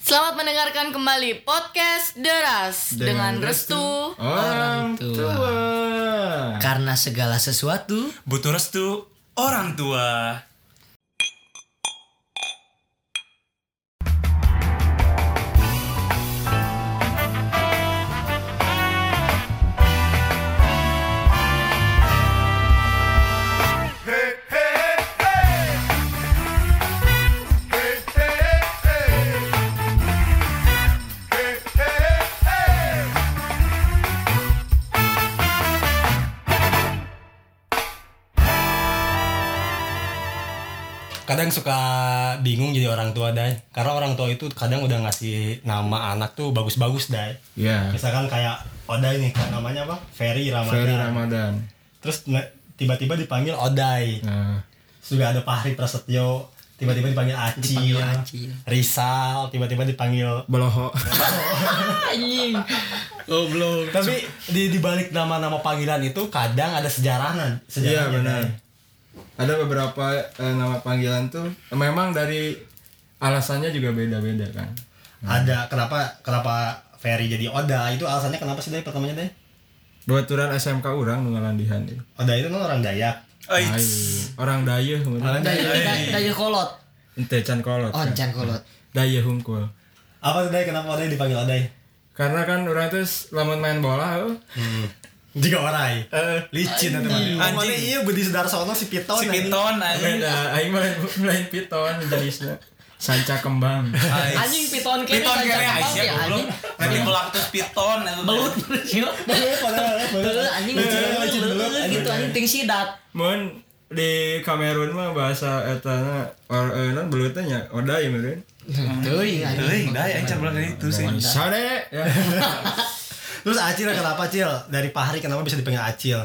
Selamat mendengarkan kembali podcast Deras dengan, restu. Oh. orang tua. Karena segala sesuatu Butuh restu orang tua. kadang suka bingung jadi orang tua dai karena orang tua itu kadang udah ngasih nama anak tuh bagus-bagus dai Ya, misalkan kayak Odai nih kan namanya apa Ferry Ramadan Ferry Ramadan. terus ne- tiba-tiba dipanggil Odai Nah, Terus juga ada Fahri Prasetyo tiba-tiba dipanggil Acil, Dipanggil Acil. Rizal tiba-tiba dipanggil Boloho. anjing. Goblok. tapi di dibalik nama-nama panggilan itu kadang ada sejaranan Iya sejarahnya benar. Dai. Ada beberapa eh, nama panggilan tuh eh, memang dari alasannya juga beda-beda kan. ada kenapa kenapa Ferry jadi Oda itu alasannya kenapa sih dari pertamanya deh Dua turan SMK orang nungalandihan itu. Oda itu kan orang Dayak Eits. Orang dayeuh orang Daya, daya, Dayak daya kolot. ente can kolot. kan. Oh, jangan kolot. Dayeuh hungkul. apa tuh Day kenapa Oday dipanggil Oday Karena kan orang tuh lamun main bola oh, jika orai licin atau mana Anjing. mana iya budi sudarsono si piton eh. Eh. Si anjing. piton anjing. beda. Aing main main piton jenisnya. Sanca kembang. Ais. Anjing, piton kene Piton kan kene cakep ais banget ya ya, goblok. anjing. Reticulactus piton. itu. Belut. Belut, Belut, Eh, padahal, belut. Belut, Eh, anjing Belut, belut, anjing, belut, belut, anjing. gitu anjing ting sidat. Mun di Kamerun mah bahasa etana or eh, non belutnya nya odai meureun. Teuing Euy, iya, anjing. dai ya, anjing belah dari itu sih. Sare. Ya. terus acil kenapa acil dari pahri kenapa bisa dipanggil acil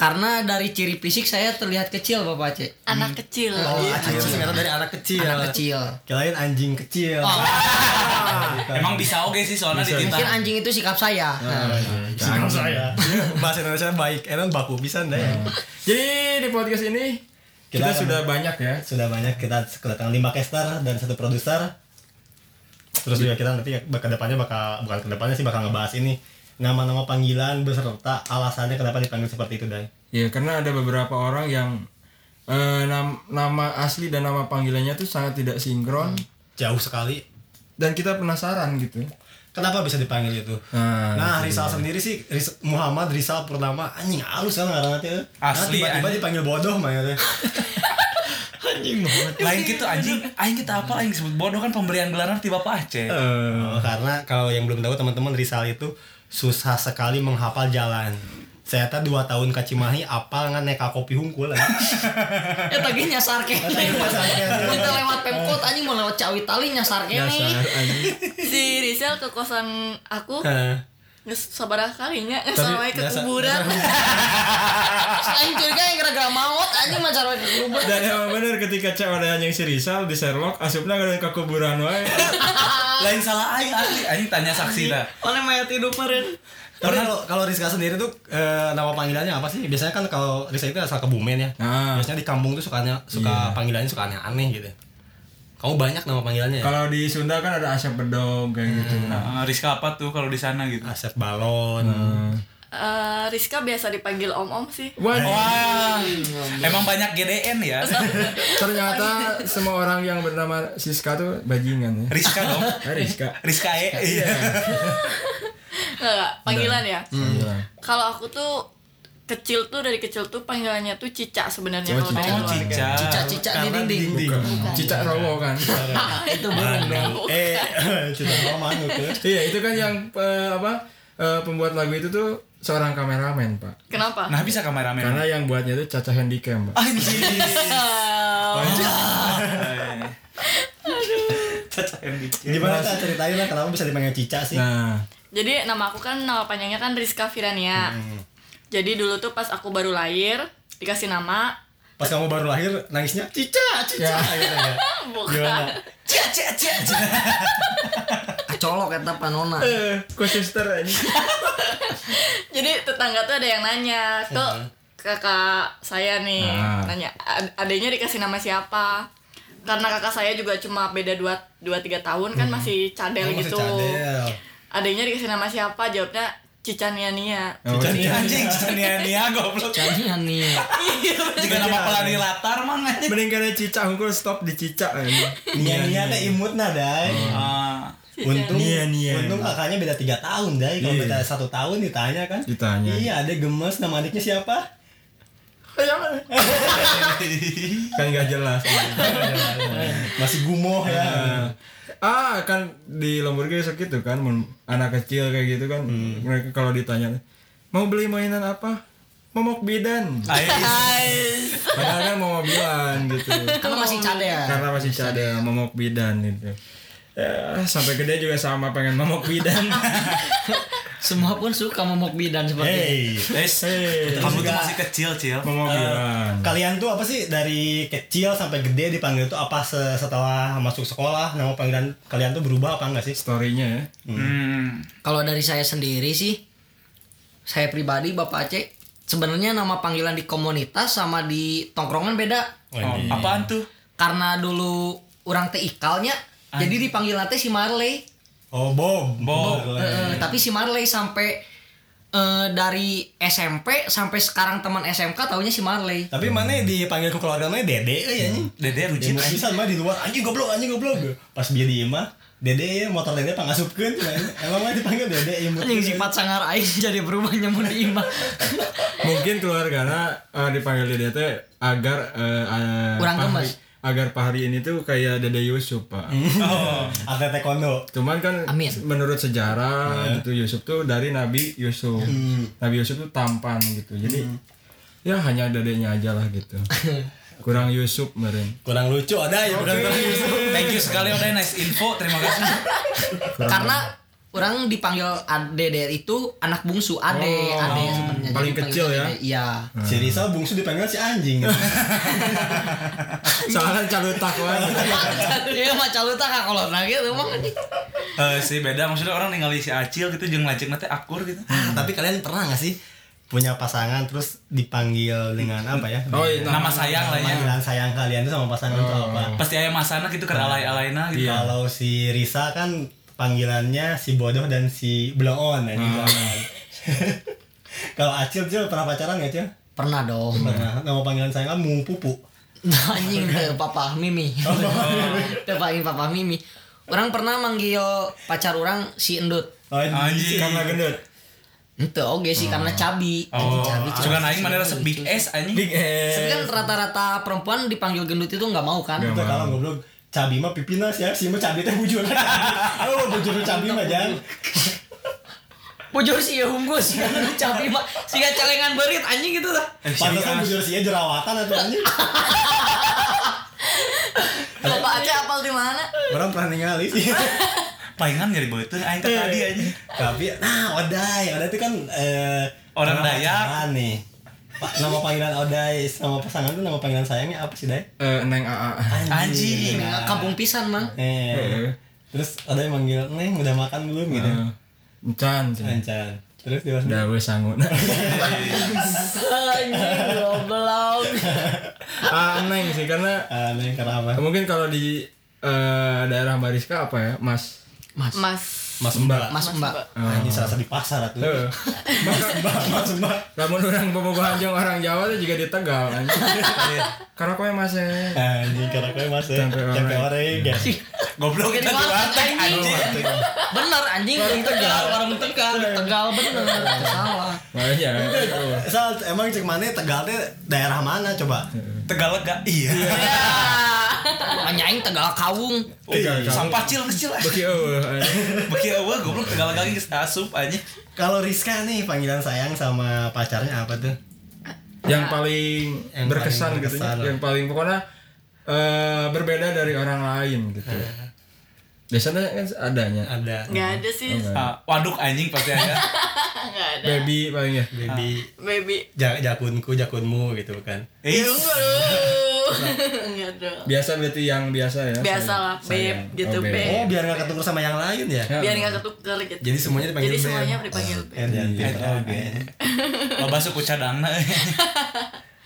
Karena dari ciri fisik saya terlihat kecil, Bapak Aceh. Anak kecil. oh acil itu singkatan dari anak kecil Anak kecil. kirain anjing kecil Oh. Nah, gitu. Emang bisa oke sih soalnya Mungkin dititah. anjing itu sikap saya. Nah, Sinang saya gitu. bahasa Indonesia baik enak baku bisa Day Hmm. Jadi di podcast ini kita, Kita akan- sudah banyak ya. sudah banyak kita kedatangan lima caster dan satu produser terus juga kita nanti ke depannya bakal bukan ke depannya sih bakal ngebahas ini nama-nama panggilan beserta alasannya kenapa dipanggil seperti itu dan Ya karena ada beberapa orang yang eh, nam- nama asli dan nama panggilannya tuh sangat tidak sinkron Hmm. jauh sekali dan kita penasaran gitu. kenapa bisa dipanggil itu Nah, nah Rizal sendiri sih Riz- Muhammad Rizal Purnama anjing halus kan ngarang nanti Asli, tiba-tiba anjing. dipanggil bodoh mah ya teh. Lain gitu anjing. Anjing kita apa anjing sebut bodoh kan pemberian gelaran tiba apa Aceh. Oh, karena kalau yang belum tahu teman-teman Rizal itu susah sekali menghafal jalan saya tak dua tahun ke Cimahi apal ngan neka kopi hungkul anjing. eh tadi nyasar kene. Kita lewat Pemkot anjing mau lewat Cawi Tali nyasar kene. Dasar anjing. Si Rizal ke kosan aku Nah. nges sabaraha kalinya nges sampai ke dasar- kuburan. Anjing curiga yang gara-gara maut anjing mah cara berubah. Dan emang bener ketika cek ada yang si Rizal di Sherlock asupna ngadon ke kuburan wae. Lain salah aing asli. Anjing tanya saksi dah. Oleh mayat hidup meren. Tapi kalau kalau Rizka sendiri tuh eh, nama panggilannya apa sih? Biasanya kan kalau Rizka itu asal kebumen ya. Nah. Biasanya di kampung tuh sukanya suka panggilannya suka aneh-aneh gitu. Kamu banyak nama panggilannya ya? Kalau di Sunda kan ada asap bedog kayak gitu. Hmm. Nah, Eh, Rizka apa tuh kalau di sana gitu? Asep Balon. Eh, Rizka biasa dipanggil om-om sih. Wah, emang banyak GDN ya. Ternyata semua orang yang bernama Siska tuh bajingan ya. Rizka dong. Eh, Rizka. Rizka E. Iya. Nggak, nggak, panggilan ya. Iya. Kalau aku tuh kecil tuh dari kecil tuh panggilannya tuh cica sebenarnya Oh, kalau Cica. dari Oh, luar. Cica. Cicak-cicak di dinding. Bukan. Cicak Rowo kan. Itu bukan. Eh, cerita roman gitu. iya, itu kan yang eh, apa? eh, pembuat lagu itu tuh seorang kameramen, Pak. Kenapa? Nah bisa kameramen. Karena yang buatnya tuh Caca Handycam, Pak. Anjing. Gimana Kak? ceritain lah kenapa bisa dipanggil Cica sih? Nah, Jadi nama aku kan nama panjangnya kan Rizka Firania. Jadi dulu tuh pas aku baru lahir dikasih nama Pas kamu baru lahir nangisnya Cica, Cica gitu ya. Gimana? bukan Cia cia cia. cia. Colok eta panona. eh, kok sister ini? jadi tetangga tuh ada yang nanya ke kakak saya nih Ah. nanya "Ad- adeknya dikasih nama siapa karena kakak saya juga cuma beda 2 2 3 tahun kan masih cadel Oh, masih gitu. cadel. Adanya dikasih nama siapa? Jawabnya Cicaniania. Oh, Jadi anjing, Nia Nia goblok. Kalian Iya nih. Jika nama pelari latar mang anjing. Mending karena cicak hukum stop di cicak aja. Nia-nia teh imut nah, Day. Ah, Untung Nia-nia. untung kakaknya beda 3 tahun, Day. Kalau Iya. beda 1 tahun ditanya kan. Ditanya. Iya, ada gemes nama adiknya siapa? kan nggak jelas. Masih gumoh Iya. ya. ah kan di Lemburger sok gitu kan men- anak kecil kayak gitu kan mereka kalau ditanya mau beli mainan apa momok bidan padahal kan mau mobilan gitu Kan masih cadel. karena masih ada momok bidan gitu ya, sampai gede juga sama pengen momok bidan Semua pun suka momok bidan seperti itu. Hey, guys, Hei, kamu tuh masih kecil, Cil. momok Iya. bidan kalian tuh apa sih dari kecil sampai gede dipanggil tuh apa se- setelah masuk sekolah nama panggilan kalian tuh berubah apa enggak sih? storynya ya Hmm. Kalau dari saya sendiri sih, saya pribadi Bapak Aceh, sebenarnya nama panggilan di komunitas sama di tongkrongan beda. Oh, apaan tuh? Karena dulu orang teh ikalnya, jadi dipanggil teh si Marley. Oh, Bob. Bob. Oh, Eh, tapi si Marley sampai eh, dari SMP sampai sekarang teman SMK taunya si Marley. Tapi mana dipanggil ke keluarga mana Dede euy anjing. Ya Dede rujit mau anjing. pisan mah di luar anjing goblok anjing goblok. Pas dia di imah, Dede motor Dede pangasupkeun cenah. Emang mah dipanggil Dede imut. Anjing sifat sangar aing jadi berubah nyamun di imah. mungkin keluarga dipanggil dede teh agar eh, eh, Kurang Fahri- gemes. Hmm. agar Fahri ini tuh kayak dede Yusuf pak Atlet taekwondo. Cuman kan Amin. menurut sejarah gitu Yusuf tuh dari Nabi Yusuf. Hmm. Nabi Yusuf tuh tampan gitu. Jadi ya hanya dadanya aja lah gitu. Kurang Yusuf meren. Kurang lucu ada ya bukan kurang lucu. Thank you sekali udah nice info, terima kasih. Kurang Karena orang dipanggil Ade der itu anak bungsu Ade, Oh, Ade sebenarnya. paling Jadi kecil dipanggil ya? Ade, Iya. Si Rizal bungsu dipanggil si anjing. soalnya kan calutak banget. Iya mah caluta kak kalau nah gitu mah anjing. Eh sih beda maksudnya orang ningali si Acil gitu jeung lajeng nanti akur gitu. Tapi kalian pernah gak sih punya pasangan terus dipanggil dengan apa ya? Oh, iya, Nama sayang lah ya. Panggilan sayang Oh, kalian tuh sama pasangan tuh apa? Pasti ayam masana gitu ke alay-alayna gitu. Kalau si Risa kan panggilannya si bodoh dan si bloon ya, Kalau Acil Cil pernah pacaran gak Cil? Pernah dong. Pernah. Nama panggilan sayang kan Mung Pupu. Nah, anjing teu papa Mimi. Oh. Teu panggil papa Mimi. Orang pernah manggil pacar orang si Endut. Oh, Anjing. Karena gendut. Itu oke sih karena cabi. Oh, Anjing, cabi, cabi. juga aing mana rasa big S anjing. Big Tapi eh. kan rata-rata perempuan dipanggil gendut itu nggak mau kan? Iya. Nggak. Itu kalau goblok cabi mah pipinas ya, si mah cabi teh bujur. Oh, bujur cabi mah jangan. Bujur sih ya hunggus, cabi mah siga celengan berit anjing gitu lah. Eh, Pantesan bujur sih jerawatan atau anjing. Bapak aja apal di mana? Orang pernah ningali sih. Palingan nyari beuteung aing teh tadi anjing. Tapi nah Odai, Odai itu kan eh, Orang pernah Dayak. pacaran nih. Pa- Nama panggilan Odai sama pasangan tuh nama panggilan sayangnya apa sih, Dai? Eh, Neng AA. Anjing. Nah, Kampung pisan mang. Eh. Terus Odai manggil, "Neng, udah makan belum?" gitu. Eh, Encan. cenah. Lancar. Terus dia Dah we sangu. Anjing goblok. Ah, Neng sih karena Ah, Neng karena apa? mungkin kalau di eh, daerah Bariska apa ya, Mas? Mas, Mas. Mas Mbak. Mas Mbak. Anjing serasa di pasar atuh. Eh. Mas Mbak, Mas Mbak. Namun orang pemugohan jeung orang Jawa itu juga di Tegal anjing. eh. Iya. Karena kowe masih Anjing karena kowe Mas. ya. Tempe Tempe orek. orek. ya. Goblok Jadi kita di warteg, warteg anjing. anjing. Bener anjing warung Tegal, warung Tegal, di Tegal bener. Salah. Makanya. Sal, emang cek mana Tegal teh daerah mana coba? Tegal lega. Iya. Anjing Tegal Kawung. Tegal, Tegal. Sampah cil kecil. anjing. Beki eueuh. anjing. Beki eueuh goblok Tegal lega geus asup anjing. Kalau Rizka nih panggilan sayang sama pacarnya apa tuh? Yang paling Yang berkesan paling gitu ya. berkesan lah. Yang paling pokoknya eh, berbeda dari orang lain gitu. Eh. Biasanya kan adanya. Ada Nggak ada sih. Ah, waduk anjing pasti ada. Nggak ada. Baby paling ya. baby Baby. ja- jakunku jakunmu gitu kan Eh, Tunggu dulu. Nggak ada. Biasa berarti yang biasa ya. Biasa lah, Sayang. Beb, gitu, Oh, Beb. Beb. oh biar nggak ketukar sama yang lain ya Ya. Biar nggak ketuker gitu. jadi semuanya dipanggil Jadi semuanya Iya, Beb. iya. Oh, gitu. dipanggil Beb. Eh, jangan tipe, oke. loba suku cadangna.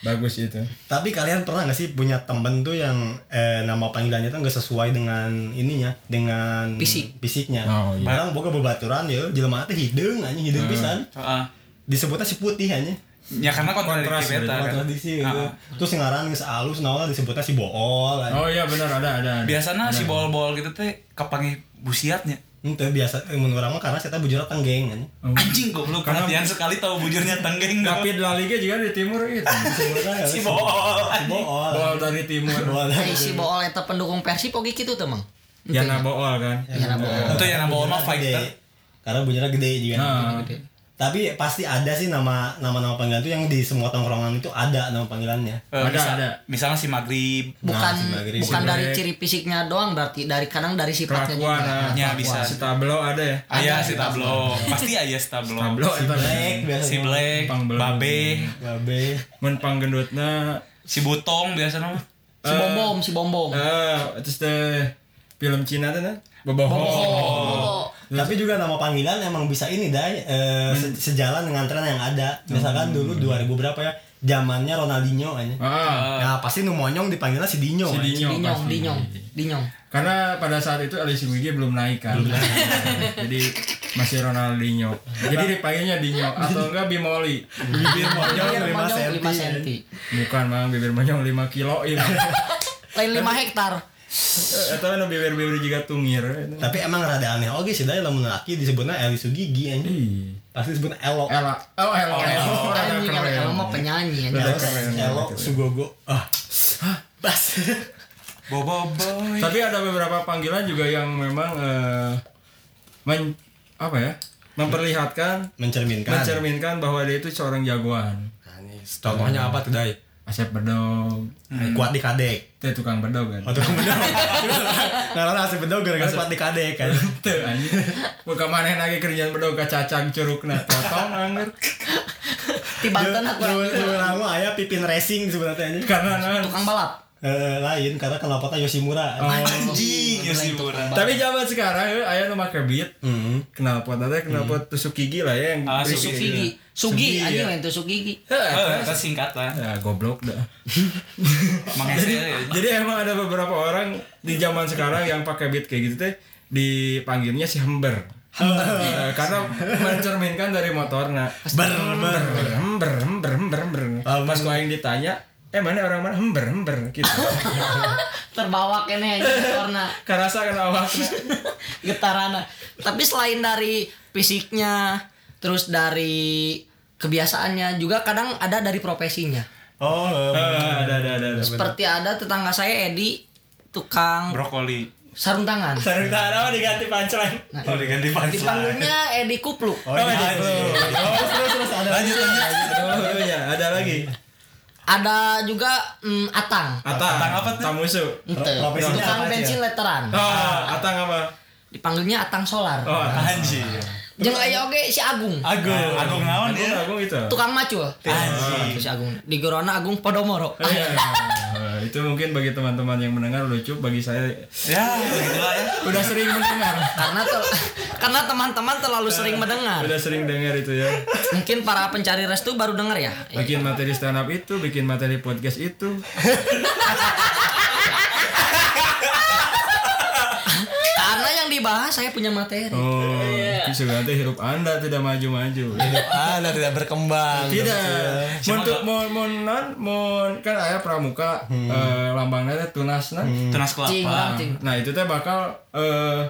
bagus itu Tapi kalian pernah nggak sih punya temen tuh yang eh, nama panggilannya tuh nggak sesuai dengan ininya, dengan Fisik. fisiknya. Oh, iya. Barang boga bebaturan ya, jelema teh hideung anjing hideung pisan. Heeh. Disebutnya si putih anjing. Ah. Ya karena kontradiksi Kontras, beta berarti kan. Kontradiksi gitu. Ah. Terus ngaran geus alus naon disebutnya si bool. kan? anjing. oh iya benar ada ada ada. Biasanya si bol-bol gitu teh kepangi busiatnya. Itu biasa eh, menurut orang mah karena kita bujur tenggeng anjing. Anjing goblok perhatian sekali tahu bujurnya tenggeng tapi La Liga juga di timur itu Disebutnya Si bool. kan ya, Si bool. bola dari timur Bool. Eh, si bool eta pendukung Persib oge gitu tuh, Mang. Iya, Itu Iya, Yana Bool kan Yana Bool. Itu yang nama bool mah Bujurnya fighter. gede. Karena bujurnya gede juga. Ah. nah Tapi pasti ada sih nama nama nama panggilan tuh yang di semua tongkrongan itu ada nama panggilannya. Eh, Ada, misa- ada. Misalnya si Maghrib. Bukan Nah, si Bagri, bukan si dari Bagri. ciri fisiknya doang berarti dari kadang dari sifatnya Kelakuan, ah. juga. Ya bisa. si Tablo ada ya Ayah Iya, si tablo. Pasti ayah si tablo. Tablo Si itu Black biasanya. Hmm. Si Black, Pang Belum. Babe, Babe. menpang gendutna si Butong biasanya mah. Si bombom, si bombom. eh terus teh film Cina teh nah boboho Oh. Tapi juga nama panggilan emang bisa ini dai eh, Hmm. se- sejalan dengan tren yang ada. Misalkan dulu 2000 berapa ya? Zamannya Ronaldinho aja. ah Nah, pasti nu monyong dipanggilnya si Dinho. si anjing. Dinyo Dinyong, pasti. dinyong, dinyong. Karena pada saat itu Alice Wigi belum naik kan. Jadi masih Ronaldinho. Jadi dipanggilnya Dinho atau enggak Bimoli. Bibir monyong Bibir 5 monyong senti. 5 senti. Bukan mang bibir monyong 5 kilo ini. Lain 5 hektar. Atau anu bibir-bibir juga tungir. Tapi emang rada aneh oge sih dai lamun laki disebutnya Eli Sugigi anjing. Ih. Pasti disebutnya Elo. Ela. Oh, Ela. Ela. Oh, Rada anjing keren. kalau mah penyanyi anjing. Elo, keren. Elo Sugogo. Ah. Bas. Bobo Boy. Tapi ada beberapa panggilan juga yang memang eh, men apa ya? Memperlihatkan Mencerminkan. mencerminkan bahwa dia itu seorang jagoan. Aneh. Contohnya apa tuh dai? Asep bedog, Kuat di Oh, kadek. teh tukang bedog kan. Waktu kamu bedog. Karena Nah, asli bedog gara-gara sempat di kadek kan. Teu anjing. Buka maneh lagi kerjaan bedog ka cacang curugna potong anger. Di Banten aku Lu lu kamu ayah pipin racing sebenarnya anjing. Karena nah. naon. tukang balap. Eh, lain karena kenapa kan Yoshimura. Anjing, ya si Bura. Tapi zaman sekarang eh, aya nu make beat. Hmm. Kenapa tadi kenapa tusuk gigi lah ya yang Ah, berisik tusuk gitu. Sugi, Sugi Sugi, anjing ya. lain tuh Iya, Sugigi. iya. Heh. Eh, itu singkatan. Ya goblok dah. Mang Ese ya. Jadi emang ada beberapa orang di zaman sekarang yang pakai beat kayak gitu teh dipanggilnya si hember. Eh, karena mencerminkan dari motornya. Ber ber. Hember, hember, hember, hember. Pas gua yang ditanya, eh mana orang mana hember, hember gitu. Terbawa kene anjing warna Karasa kan awaknya. getarana. Tapi selain dari fisiknya, terus dari kebiasaannya juga kadang ada dari profesinya. Oh, Eh, ada ada ada. ada. Seperti ada tetangga saya Edi tukang ya. Brokoli. sarung tangan. Sarung tangan apa diganti pancelan? oh Di diganti punchline. panggungnya Edi Kupluk. Oh, iya. Oh, terus terus ada. Lanjut lanjut. Oh iya, ada lagi. Ada juga mm, Atang. Atang. Atang apa tuh? Tamusu. Ente. Profesinya Tukang apa, Cil? bensin letteran. Ah, Atang apa? Dipanggilnya Atang Solar. Oh, Atang. Anjing. Jeung aya oge si Agung. Agung. Agung naon Agung, dia? Agung itu. Tukang macul. Ah. Anjing. Si Agung. Di Gorona Agung Podomoro. Oh, iya. Oh, itu mungkin bagi teman-teman yang mendengar lucu bagi saya Ya, begitulah ya. udah sering mendengar karena ter- karena teman-teman terlalu sering mendengar. udah sering dengar itu ya Mungkin para pencari restu baru dengar ya. bikin materi stand up itu bikin materi podcast itu Karena yang dibahas saya punya materi. oh itu nanti hirup anda tidak maju-maju Anda Ah, tidak berkembang. ya. tidak untuk mau mau non mau kan ayah pramuka eh, lambangnya teh tunasna Tunas Cing, kelapa. cing. nah itu teh bakal eh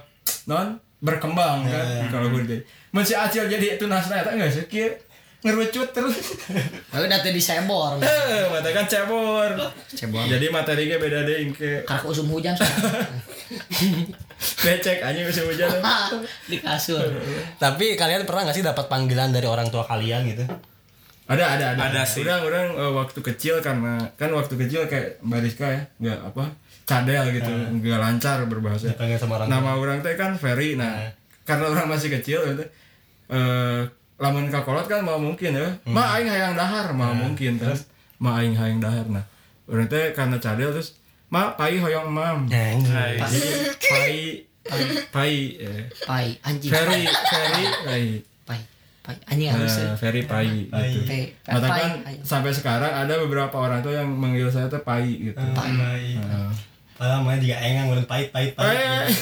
non berkembang kan kalau gue jadi mun si acil jadi tunasna eta enggak sih kieu ngerucut terus Ayo Ya udah tadi disebor. Eh, mata kan cebor Cebor. jadi materinya beda deh yang ke Karena usum hujan soalnya. becek aja bisa hujan di kasur. Tapi kalian pernah nggak sih dapat panggilan dari orang tua kalian gitu? ada ada ada Ada sih. orang orang eh, waktu kecil karena kan waktu kecil kayak mbak Rizka ya nggak apa cadel gitu nggak lancar berbahasa Dipanggil sama orang nama orang teh kan Ferry nah karena orang masih kecil itu eh lamun ka kolot kan mau mungkin ya ma aing hayang dahar mau mungkin terus ma aing hayang dahar nah orang teh karena cadel terus ma pai hoyong mam Ya. Anjing. Jadi, pai pai pai eh, Pai anjing. Ferry Ferry pai Pai. Pai- anjing halus ya. Nah, Ferry Pai gitu. Pai- Nah, tapi Pai- kan Pai. sampai sekarang ada beberapa orang tuh yang manggil saya tuh Pai gitu. Pahit. Padahal namanya juga engang udah pahit pahit pahit. Eh.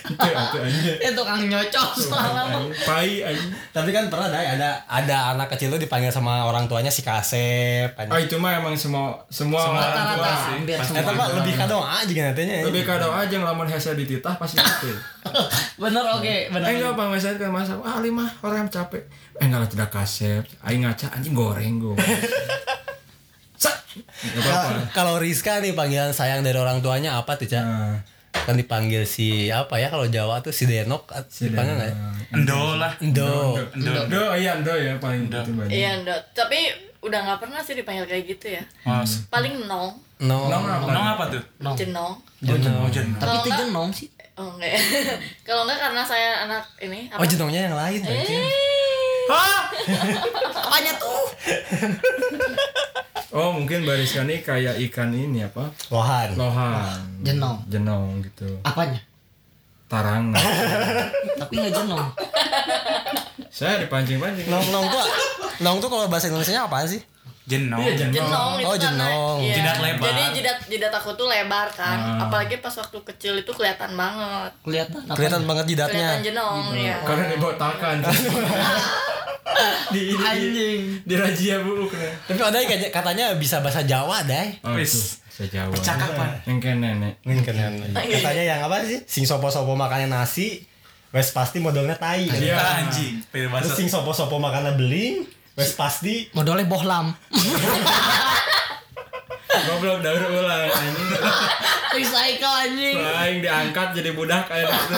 Itu itu aja. Ya tukang nyocok selama Pai aja. Tapi kan pernah Day, ada ada anak kecil tuh dipanggil sama orang tuanya si Kasep. Ah anjing. itu mah emang semua semua orang tua rata-rata sih. hampir Eh semua. tapi lebih kadang aja nantinya. ya. Lebih kado aja ngelamun hese dititah pasti gitu. Bener oke, bener. Eh enggak apa saya kan masa ah lima orang yang capek. Eh enggak lah tidak kasep. Aing ngaca anjing goreng gue. Sak. Enggak apa-apa. Kalau- Kalau Rizka nih panggilan sayang dari orang tuanya apa tuh cak? Nah, Kan dipanggil si apa ya kalau Jawa tuh si Denok at- dipanggil nggak? ya? Endo lah. Endo. Endo. Do, Oh, iya do ya paling itu banyak. Iya, Ndok. Tapi udah nggak pernah sih dipanggil kayak gitu ya. Mas. Paling nong, No. Nong apa? Nong apa tuh? Nong. jenong. Jenong. Jenong. Tapi itu jenong sih. Oh enggak. ya. Kalau enggak karena saya anak ini apa? Eh. Oh jenongnya yang lain anjing. Apanya tuh? Oh mungkin barisan ini kayak ikan ini apa? Lohan. Lohan, Jenong. jenong gitu, Apanya? tarang. Tapi nggak jenong. saya dipancing-pancing. Nong nong tuh nong tuh kalau bahasa Indonesia apaan sih? Jenong. Iya, jenong itu Oh, karena, jenong. iya. Jidat lebar. Jadi jidat jidat aku tuh lebar kan. Apalagi pas waktu kecil itu kelihatan banget. Kelihatan apa? Kelihatan banget Kelihatan jidatnya. jenong ya. Karena dibotakan. di, di, di, Anjing. di razia bu ya? kena. Tapi ada yang kayak- katanya bisa bahasa Jawa deh. Oh, itu Wis. sejauh. Percakapan. Yang kayak nenek. Katanya yang apa sih? Sing sopo-sopo makannya nasi, wes pasti modalnya tai. Iya. Ah, Anjing. Terus Peribahasa. sing sopo-sopo makannya beling, wes pasti Modalnya bohlam. Goblok daur ulang. Ini Recycle anjing. lain diangkat jadi budak kayak gitu.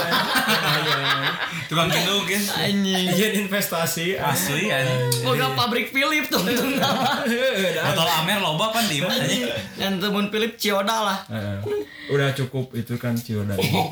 Tukang gendong kan. Anjing. Izin Iya, investasi. Asli anjing. Moga pabrik Philip tuh tuh nama. Botol Amer loba pan di mana anjing? Dan temen Philip Cioda lah. Heeh. Eh, udah cukup itu kan Cioda. Oh.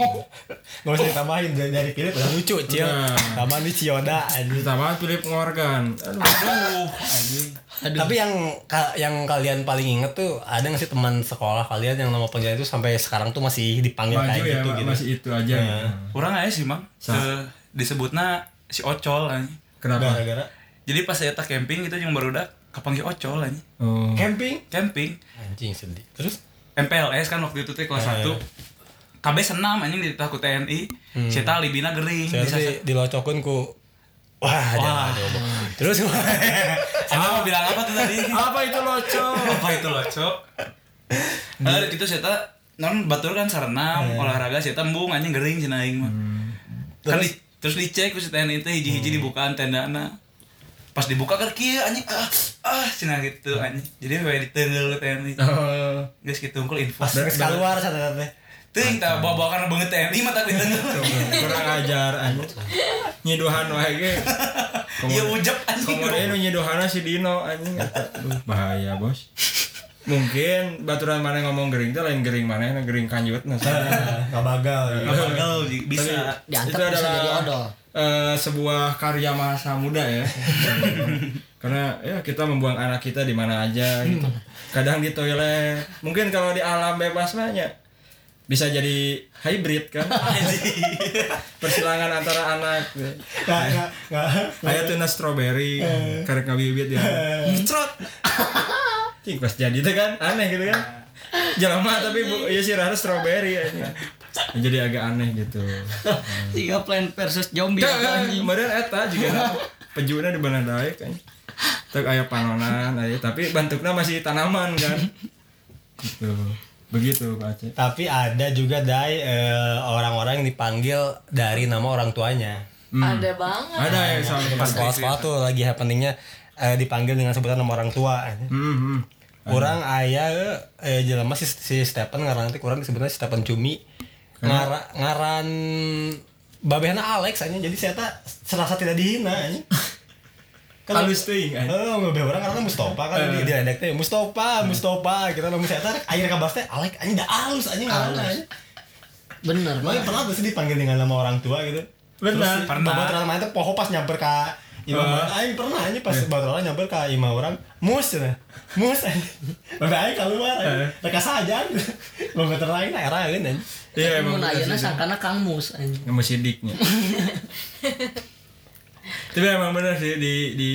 Gak usah ditambahin dari, dari Philip udah lucu Cil Nah. Taman di Cioda anjing. Ditambah Philip Morgan. Aduh. Aduh, anjing. Tapi yang ka- yang kalian paling inget tuh ada gak sih teman sekolah kalian yang nama panggilan itu sampai sekarang tuh masih dipanggil Maju kayak ya, gitu Ma- gitu. Iya. masih itu aja. ya. Orang aja sih, Mang. Sa- Se- disebutna si Ocol anjing. Kenapa? Gara-gara Jadi pas saya tak camping itu yang baru dak kepanggil Ocol anjing. Oh. camping. Camping Anjing sedih. Terus MPLS kan waktu itu teh kelas 1. KB senam anjing di takut TNI. Cita libina gering. saya Bisa- di, dilocokun ku Wah, ada Wah. Terus Saya mau bilang apa tuh tadi? Apa itu loco? apa itu loh cok nah dari itu saya non batur kan sarenam olahraga saya embung anjing gering cina aing mah kan di- terus dicek terus TNI teh hiji-hiji dibukaan tendana pas dibuka kan kieu anjing ah ah cina gitu anjing jadi we diteunggeul TNI Oh. geus kitu unggul info pas keluar sana teh. teuing tah bawa-bawa karena banget TNI mah tak diteunggeul Kurang ajar anjing. Nyiduhan wae ge. Iya ujek anjing Komodnya nu nyiduhana si Dino anjing. Aduh, bahaya, Bos. Mungkin baturan mana ngomong gering teh lain gering mana yang gering kanjut nah. Enggak bagal. Apa enggak bisa Diangkat bisa jadi odol. eh, sebuah karya masa muda ya. Karena ya kita membuang anak kita di mana aja gitu. Kadang di toilet. Mungkin kalau di alam bebas banyak bisa jadi hybrid kan persilangan antara anak gitu. Enggak enggak Aya tuna strawberry karek ngabibit ya. Ngecrot. Cing pas jadi teh kan aneh gitu kan. Jelema tapi bu, ya sih rara strawberry aja. Jadi agak aneh gitu. Tiga plan versus Ya, zombie. Iya, anjing. kemarin eta juga pejuna di Bandar Dayak kan. Tek aya panonan aya tapi bentuknya masih tanaman kan. Gitu. Begitu Pak Aceh. Tapi ada juga dai eh, orang-orang yang dipanggil dari nama orang tuanya. Ada banget. Ada yang sampai Pas sekolah-sekolah tuh lagi happeningnya eh, dipanggil dengan sebutan nama orang tua. Hmm, hmm. Kurang ayah eh, jelema si, si Stephen ngaran nanti kurang disebutnya Stephen Cumi. Ngara, ngaran babehna Alex aja jadi saya tak serasa tidak dihina aja. Halus teuing anjing. Eh. Eh, babeh orang karena Mustafa kan di di dialek teh Mustafa, Mustafa kita namun saya tak akhir kabas teh Alex aja udah halus aja ngaran aja. Bener. Emang pernah tuh sih dipanggil dengan nama orang tua gitu? Benar. Terus, pernah. Eh. Bapak terlalu itu poho pas nyamper ke imam Ah. orang. Aing pernah aja pas bapak terlalu nyamper ke imam orang. Mus, cina. mus. aing. Eh. Bapak aing keluar, aing. mereka saja. Bapak terlalu aing era aing aing. Iya emang. Mun ayeuna sangkana Kang Mus anjing. Sama sidiknya. Tapi emang bener sih di di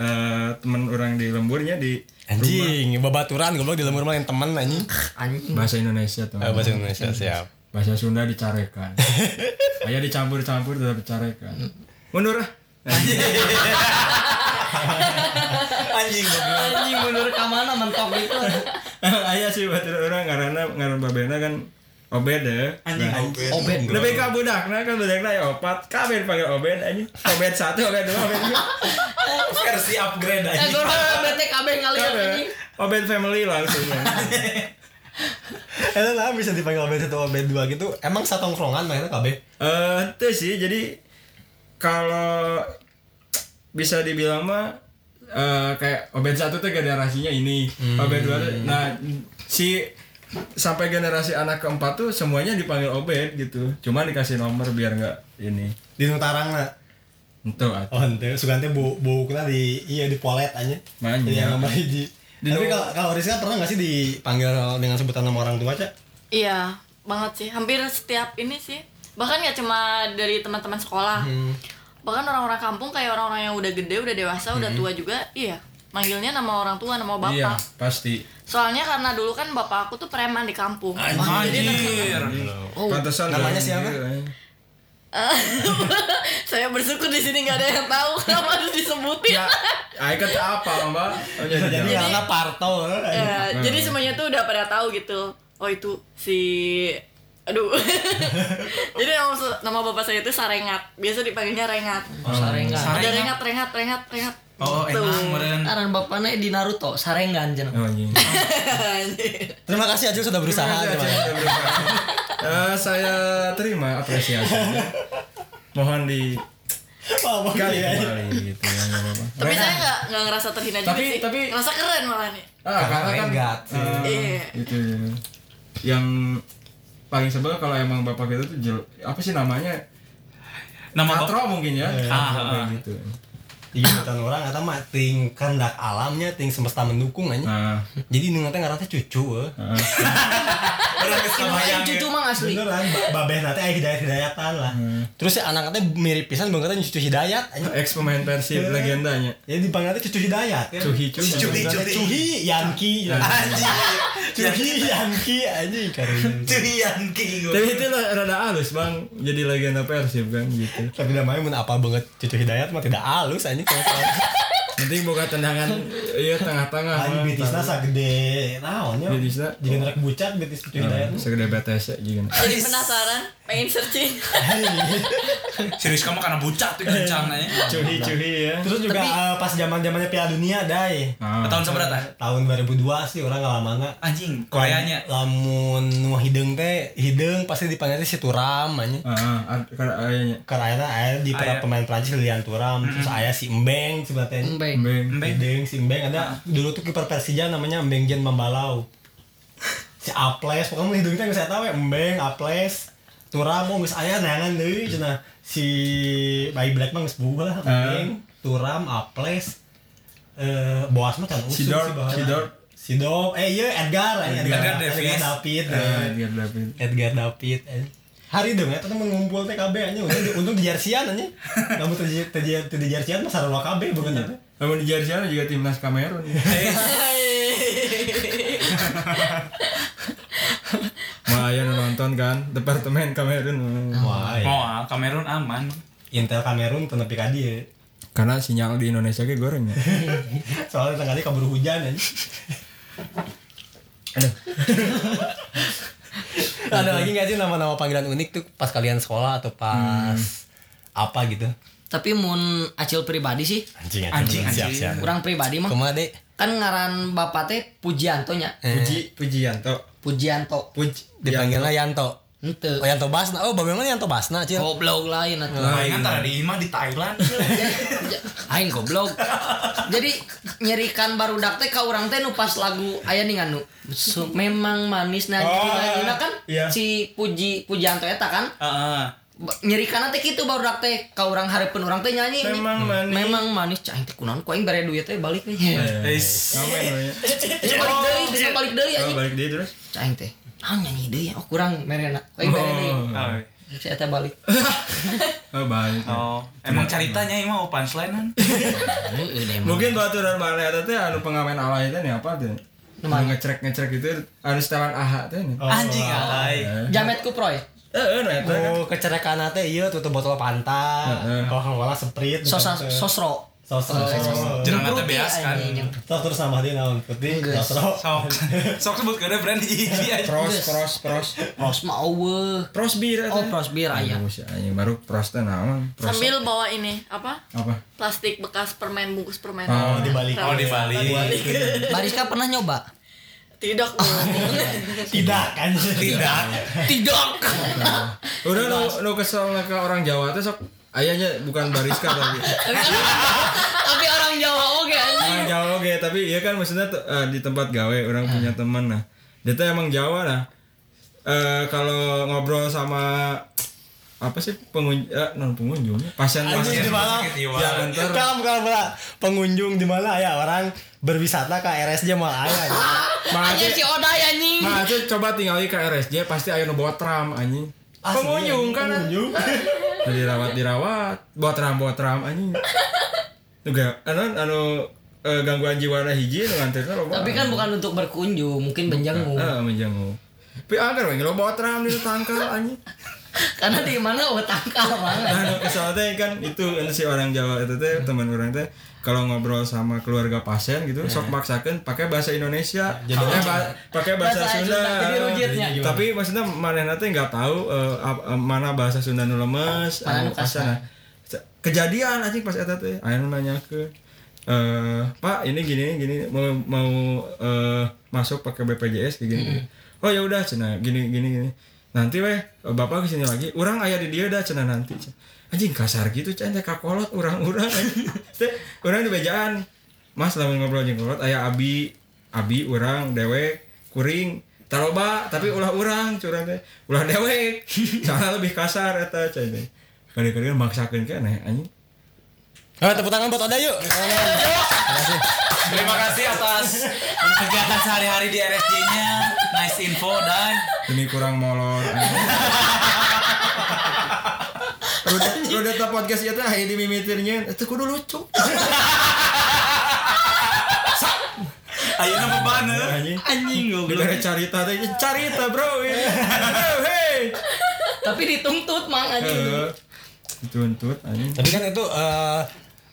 eh, temen orang di lemburnya di Anjing, babaturan goblok di lemur main temen anjing. anjing bahasa Indonesia tuh. Ah, Bahasa Indonesia siap. Bahasa Sunda dicarekan. Aya dicampur-campur tetap dicarekan. Mundur ah. Anjing anjing mundur ke mana mentok gitu Aya Iya sih batur orang karena ngaran babena kan obed ya. obet Lebih ke budakna kan budakna ya opat kabeh panggil obed aja. Obed satu, obed dua, obed tiga. versi upgrade eh gue orang BTKB ngalian Kabeh. anjing eh, Obed family langsung. ya. Eh lah bisa dipanggil OB 1 OB 2 gitu. Emang satongkrongan mainnya KB. Eh, itu sih. Jadi kalau bisa dibilang mah eh, kayak obed satu tuh generasinya ini, obed dua. tuh- Nah, si sampai generasi anak keempat tuh semuanya dipanggil obed gitu. Cuma dikasih nomor biar nggak ini. Di nah. Nutarang lah. Itu atuh. Oh ente, sugante bau bau kena di iya di polet aja. Banyak. Jadi yang nomor hiji. Di Tapi nomor- kalau kalau Rizka pernah nggak sih dipanggil dengan sebutan nama orang tua cak? Iya, banget sih. Hampir setiap ini sih. Bahkan nggak cuma dari teman-teman sekolah. Bahkan orang-orang kampung kayak orang-orang yang udah gede, udah dewasa, udah tua juga, iya. Manggilnya nama orang tua, nama bapak. Iya, pasti. Soalnya karena dulu kan bapak aku tuh preman di kampung. Ah, Anjir. Pantesan iya, namanya gak- siapa? Saya bersyukur di sini nggak ada yang tahu kenapa harus disebutin. Ya, Aika tuh apa, Mbak? Oh, jadi Jadi ya? jawab. anak Parto. Nah, Eh, jadi semuanya tuh udah pada tahu gitu. Oh itu si aduh. jadi nama, nama bapak saya itu Sarengat. Biasa dipanggilnya Rengat. Oh, sarengan Ada Sarengat. Rengat, Rengat, Rengat, Rengat. Oh Gitu. enak meren. aran bapaknya di Naruto sarengan jeneng Oh, anjing. Terima kasih Ajil sudah berusaha. Terima Terima kasih, terima kasih. iya, Eh, saya terima apresiasi. Mohon di Wah, mau kali iya. kembali gitu ya nggak apa-apa. Tapi saya nggak nggak ngerasa terhina juga Tapi- sih. tapi- ngerasa keren malah nih. Ah, karena kan Rengat sih. eh, Iya. itu ya. yang paling sebel kalau emang bapak kita tuh jel- apa sih namanya? Nama bapak. Ah, Katro mungkin ya. Katro kayak gitu. Iya sebutan orang kata mah ting kehendak alamnya, ting semesta mendukung aja. Nah, Jadi nunggu teh ngarana teh cucu. weh. Orang geus kabayang. cucu mah asli Beneran, ba- babeh nanti ayah hidayat hidayatan lah. Hmm. Terus si anak katanya mirip pisan bang katanya cucu Hidayat. anjing. ex pemain Persib legendanya. Jadi dipanggilnya cucu hidayat. ya. Cuhi cuhi. Cuhi, Cuhi, Cuhi, Yanki. Cuhi, Yanki, anjing keren. Curianki gue. Tapi itu lah, rada halus bang, jadi legenda Persib kan gitu. Tapi namanya mun apa banget cucu hidayat mah tidak halus anjing kalau Penting buka tendangan, iya tengah-tengah. Anjing Bang. betisna sagede naonnya. Betisna. Nah. Jadi ngerek bucat betis cucu ya. hidayat. segede BTS ya juga Jadi penasaran, pengen searching. Serius kamu karena bucat tuh rencananya. cuhi cuhi ya Terus juga eh, pas zaman-zamannya Piala Dunia, Dai. Nah. Ah. Tahun seberapa? Tahun 2002 sih orang ngalamana. Anjing, Koreanya. Lamun nu hideung teh, hideung pasti dipanggil teh si Turam Ah, anjing. karena ayahnya Karena akhirnya akhirnya di para Aya. pemain Prancis Lian Turam, terus aya si Embeng sebenarnya. Embeng. Beng Embeng. Embeng, si Embeng ada dulu tuh kiper Persija namanya Embeng Jen Mambalau. Si Aples, pokoknya mau hidungnya nggak saya tahu ya Embeng, Aples, Turam, mau nggak saya nangan deh, cina si Bayi Black mah nggak sebuah lah, Embeng, Turam, Aples, eh Boas mah kan usul Sidor, Boas. Sidor. Sidor, eh iya Edgar, eh, Edgar, Edgar Davis. David, Edgar eh. Ah, David Edgar David. eh. Hari dong ya, tetap ngumpul TKB aja, untung, untung di Jarsian aja. Kamu terjadi terjadi Jarsian mah sarwa KB bukan ya? Namun di Jarsiana juga timnas Kamerun Mah ayah nu nonton kan Departemen Kamerun Wah, ya. Oh, ah, Kamerun aman. Intel Kamerun teu nepi ka E. dieu. Karena sinyal di Indonesia kayak goreng ya Eh. Soalnya tengah hari kabur hujan anjing. Ada lagi nggak sih nama-nama panggilan unik tuh pas kalian sekolah atau pas apa gitu? tapi mun acil pribadi sih Anjing Anjing, anjing. kurang pribadi mah Kemana dek? kan ngaran bapak teh Pujianto nya Puji Pujianto Pujianto Puji Dipanggilnya Yanto. ente Oh Yanto Basna. Oh bagaimana Yanto Basna Ya. Cil? goblok lain atuh Mainan tadi di imah di Thailand. aing goblok jadi nyerikan barudak teh ka urang teh nu pas lagu aya ningan nu "So, memang manis nah jadi kan Oh, iya. si Puji Pujianto eta kan Heeh. Ba- nyerikan teh kitu barudak teh ka urang hareupeun urang teh nyanyi ini. Memang manis. Iya. memang manis cah aing teh kunaon ku aing bare duit teh balik teh Is. Ngapain lu ya Bisa balik deui bisa balik deui Oh, anjing balik dia terus cah aing teh ah nyanyi Oh, deui ya oh kurang merena ku aing bare deui Oh. saya teh balik Oh, baik. Oh, emang ceritanya ini mau punchline kan? Heeh, deh, emang. Mungkin baturan mana eta teh anu pengamen alay teh nih apa teh? Anu ngecrek-ngecrek itu anu setelan aha teh nih. Anjing alay. jametku proy Heeh, nah eta kan. Oh, kecerekan teh iya tutup botol pantai. Heeh. Kalau nggak salah seprit. Iya. sosa bukan teh. sosro Sosro. Jenengna teh Grupi, beas kan. anjing, yang- Terus terus sama dia naon putih. Sosro. Sok sok sebut kada brand hiji-hiji aja. Pros, pros, pros. Pros mah eueuh. Pros bir eta. Oh, pros bir aya. Oh, si anjing baru pros teh naon? Pros Sambil bawa ini apa? apa? Plastik bekas permen bungkus permen. Oh, dibalik. Oh di Bali. Bariska pernah nyoba? Tidak. Bu. Tidak kan? Tidak. Tidak. Udah lu lu kesel ke orang Jawa teh sok ayahnya bukan bariska tapi Tapi orang Jawa oke anjing. orang Jawa oke tapi iya kan maksudnya te- eh, di tempat gawe orang punya teman nah dia tuh emang Jawa nah Eh, kalau ngobrol sama apa sih pengunjung non pengunjung ya? pasien pasien Anjing, di malam. ya ntar Kalau bukan pula pengunjung di mana ya orang berwisata ke RSJ mal ya. aya. Makanya Anjing si Oda ya, anjing. Nah, itu coba tinggal ke RSJ pasti ayo nu bawa tram anjing. Pengunjung kan. Pengunjung. dirawat dirawat, bawa tram bawa tram anjing. Juga anu anu eh, gangguan jiwa na hiji nu ngantreuna loba. Tapi kan bukan untuk berkunjung, mungkin Heeh, menjenguk. Eh, menjenguk. Tapi agar we lo bawa tram di tangkal anjing. Karena di mana udah tangkal banget. Nah, kesal teh kan itu anu si orang Jawa itu teh teman orang teh kalau ngobrol sama keluarga pasien gitu sok maksakan pakai bahasa Indonesia eh, ba- pakai bahasa, Bahasa Sunda Sunda, jadi rujitnya. tapi maksudnya manehna teh nggak tahu eh, ap- eh, mana bahasa Sunda nu lemes Mana anu nu kasar. kejadian anjing pas eta teh aya nu nanyakeun eh Pak ini gini gini mau mau eh, masuk pakai BPJS kayak gini. Oh ya udah cina gini gini gini. Nanti weh bapak kesini lagi. Orang ayah di dia dah cina nanti. Cenah. Anjing kasar gitu cina kakolot orang-orang. Teh, orang di bejaan. Mas lamun ngobrol jeung kolot aya Abi Abi orang dewek kuring taroba tapi ulah orang curang teh ulah dewek salah lebih kasar eta cina kadang-kadang maksakeun keneh anjing Nah, tepuk tangan buat Oda yuk. Terima kasih atas kegiatan sehari-hari di RSJ-nya. Nice info dan demi kurang molor Udah, udah tak podcast ya teh aya di mimitirnya itu kudu lucu ayo eh. nama banner. anjing Anjing goblok. Gara carita teh carita bro ini. Bro, hey Tapi dituntut mang anjing. Eh, dituntut anjing Tapi kan itu eh,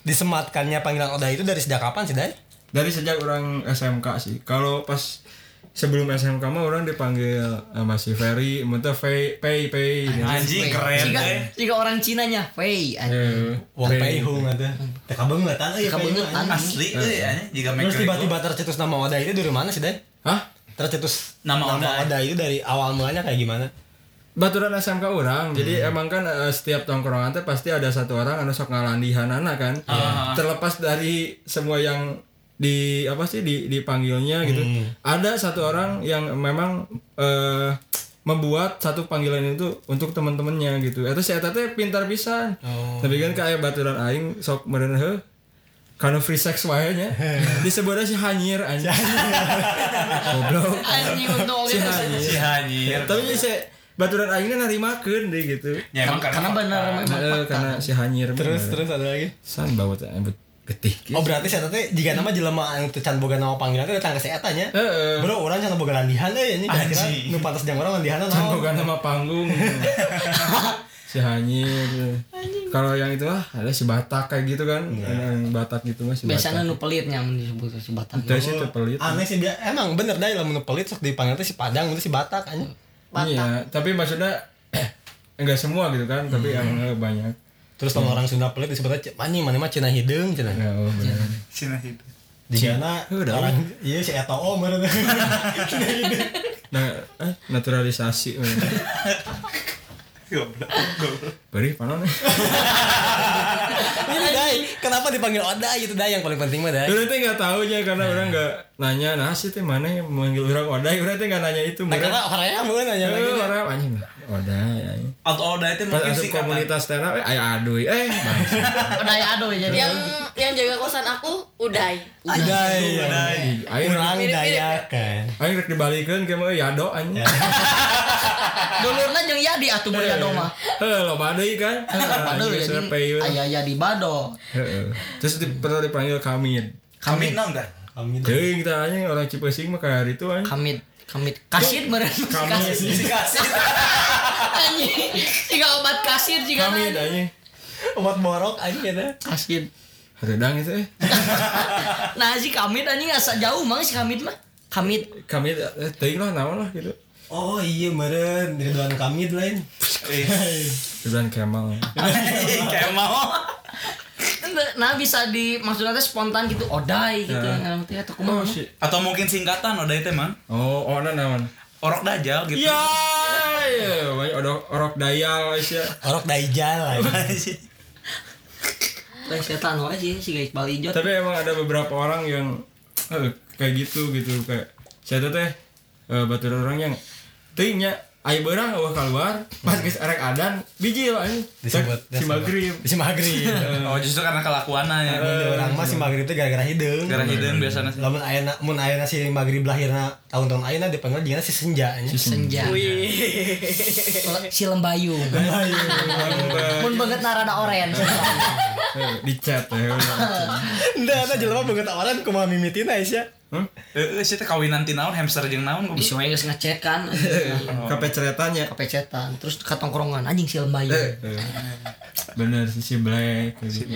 disematkannya panggilan Oda itu dari sejak kapan sih, Day? dari sejak orang SMK sih kalau pas sebelum SMK mah orang dipanggil eh, masih Ferry mentah Pei Pei Pei Anjing keren eh. Jika, deh. jika orang Cinanya, Fei Eh, anjing. Wong Fei. Pei Hung ada. eh, Teh kabeungetan euy. Kebangetan. anjing. Asli euy anjing jika Terus make tiba-tiba tercetus nama Oda itu dari mana sih, Day? Hah? Tercetus Nama Oda. itu dari awal mulanya kayak gimana? Baturan SMK orang, jadi emang kan eh, setiap tongkrongan teh pasti ada satu orang anu sok ngalandihan anak kan. Terlepas dari semua yang di apa sih di dipanggilnya gitu. Ada satu orang yang memang eh, membuat satu panggilan itu untuk teman-temannya gitu. Itu si eta teh pintar pisan. Tapi kan kayak baturan aing sok meureun heuh. Karena free sex wae nya. Disebutnya si hanyir anjing. Goblok. Anjing untuk oge. Si Ya, anjir. tapi saya baturan aingnya narimakeun deh gitu. Ya emang Karena bener memang. Heeh, karena si hanyir. Terus bener. terus ada lagi. san bawa teh embet getih. gitu. Oh berarti saya tadi jika nama jelema anu teu can boga nama panggilan teh datang ke saya tanya. Heeh. Bro, orang can boga landihan euy anjing kira-kira Anjing. nu pantas jeung orang landihan San naon? boga nama panggung. si hanyir. Kalau yang itu lah ada si Batak kayak gitu kan. Ada Yang Batak gitu mah si Biasanya Batak. nu pelitnya mun disebut si Batak. Terus itu pelit. Aneh sih dia. Emang bener Day lamun nu pelit sok dipanggil teh si Padang itu si Batak anjing. Iya, tapi maksudnya enggak semua gitu kan, tapi yang eh, banyak. Terus Hmm. lamun orang Sunda pelit disebutnya "Cek, anjing mana mah cenah hideung cenah. Ya, oh, benar. Cina itu. Digana Udah. orang iya, ieu si Eta Om meureun. Nah, eh, naturalisasi. Goblok. goblok. Beri panon. Ini Day, Iya, kenapa dipanggil Oda itu Day yang paling penting mah Day. Orang teh nggak tahu aja karena orang nggak nanya nah sih teh mana yang manggil orang odai orang teh nggak nanya itu Nah, mereka karena orangnya mau nanya lagi. Eh, orang anjing odai anjing. Atau Oda itu Pas mungkin asup sih komunitas. komunitas stand up eh ayo adui eh bangsa. Kedaya ya, aduh jadi. yang yang jaga kosan aku Uday. Day. ayo Orang Dayak kan. ayo rek dibalikeun ke mah ya do anjing. Dulurna jeung Yadi atuh mun Yado mah. Heh, lo badai kan? Eh, Padahal Anjing, jadi sepeun. aya Yadi Bado. Heeh. Terus di, pernah dipanggil Kamid. Kami nang dah. Amin. Teuing kita anjing orang Cipeusing mah kayak hari itu anjing. Kamit, Kamit. Kasir meren. Kamit. Si kasih. Anjing. Jika obat kan. kasir jika Kamid anjing. Umat borok anjing gitu. ya. Kasir. Redang itu eh. Nah si Kamit anjing asa jauh mang si Kamit mah. Kamit. Kamid eh, teuing lah naon lah gitu. Oh iya meren Ridwan Kamid lain. Iya. Ridwan Kemal. Kayak mau. Nah bisa di maksudnya teh spontan gitu odai gitu Nah. yang teh atau Oh kumaha. shit. Atau mungkin singkatan udah itu emang. Oh, oh nah naon. Orok dajal gitu. Ya, ya, banyak ada orok dayal Aisyah. Orok daijal aja. Lah setan wae sih si Iqbal Ijo. Tapi emang ada beberapa orang yang eh, kayak gitu gitu kayak saya tuh teh eh, batur orang yang teuingnya ayo berang awak keluar pas geus arek adan biji lah ini Disebut. si maghrib Si maghrib. Oh justru karena kelakuannya ya. Orang mah si maghrib itu gara-gara hideung. Gara hidung biasanya sih. Lamun ayana, mun ayana si maghrib lahirna tahun-tahun ayana dipanggil dia si senja nya. Senja. Oh, Si Lembayung. Mun banget narada oren. Eh, di chat ya Enggak, ada jelema pengetahuan kumaha mimitina Aisyah. hmm? Eh, eh, si teh kawinan ti naon hamster jeung naon Di goblok. sungai geus ngecek kan. kape ceritanya Kepecetan. Terus katongkrongan anjing si Lembayung. bener sih Eh. si black kayak gitu.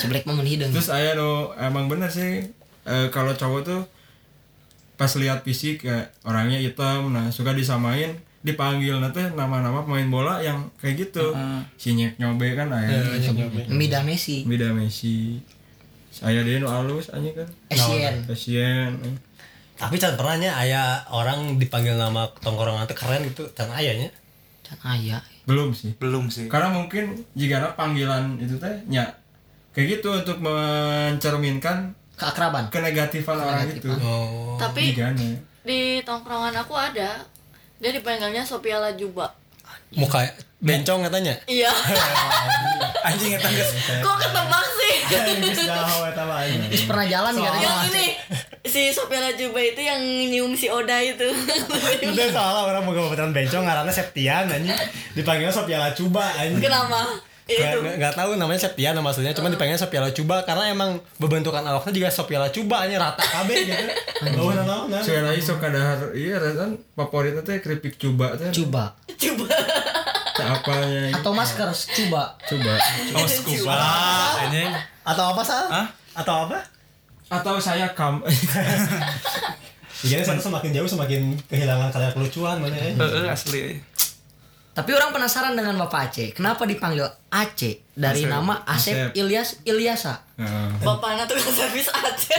Ceblek mah mun hideung. terus ayah no emang bener sih eh, kalau cowok tuh pas lihat fisik kayak orangnya hitam nah suka disamain dipanggil nanti nama-nama pemain bola yang kayak gitu si nyek nyobe kan ayah Mida Messi. beda Messi ayah dia nu alus anjing kan Asian. kasian eh. Tapi can pernahnya aya orang dipanggil nama tongkrongan teh keren gitu, can ayanya. Can aya. belum sih Belum sih. karena mungkin jika ada panggilan itu teh ya kayak gitu untuk mencerminkan Keakraban. kenegatifan orang itu Oh. Tapi jigana di tongkrongan aku ada dia dipanggilnya Sophia Lajuba. Muka bencong katanya. Iya. Anjing eta geus. Kok ketebak sih? Inggris dah awet apa aja. Terus pernah jalan gitu ya? enggak yang ini si Sophia Lajuba itu yang nyium si Oda itu. Udah salah orang mau kebetulan bencong ngarannya Septian anjing. Dipanggilnya Sophia Lacuba anjing. Kenapa? Ya Nggak, Iya, Itu. nggak- nggak tahu namanya Septiana maksudnya, Ah. cuman dipanggilnya Sophia Lacuba karena emang bebentukan awaknya juga Sophia Lacuba aja rata kabeh gitu. Bawa nanaonan. Saya lagi sok dahar iya kan favoritnya teh keripik coba teh Coba. Coba. teh apanya Eh. Atau masker coba. coba Oh, scuba. Anjing. Atau apa sal? Hah? Atau apa? atau saya kam Iya, Jadi saya semakin jauh semakin kehilangan kalian kelucuan mana ya. Heeh, Eh, asli. Tapi orang penasaran dengan Bapak Aceh. Kenapa dipanggil Aceh dari Asep. nama Asep Asep. Ilyas Ilyasa? Heeh. Bapaknya tuh nggak servis aja.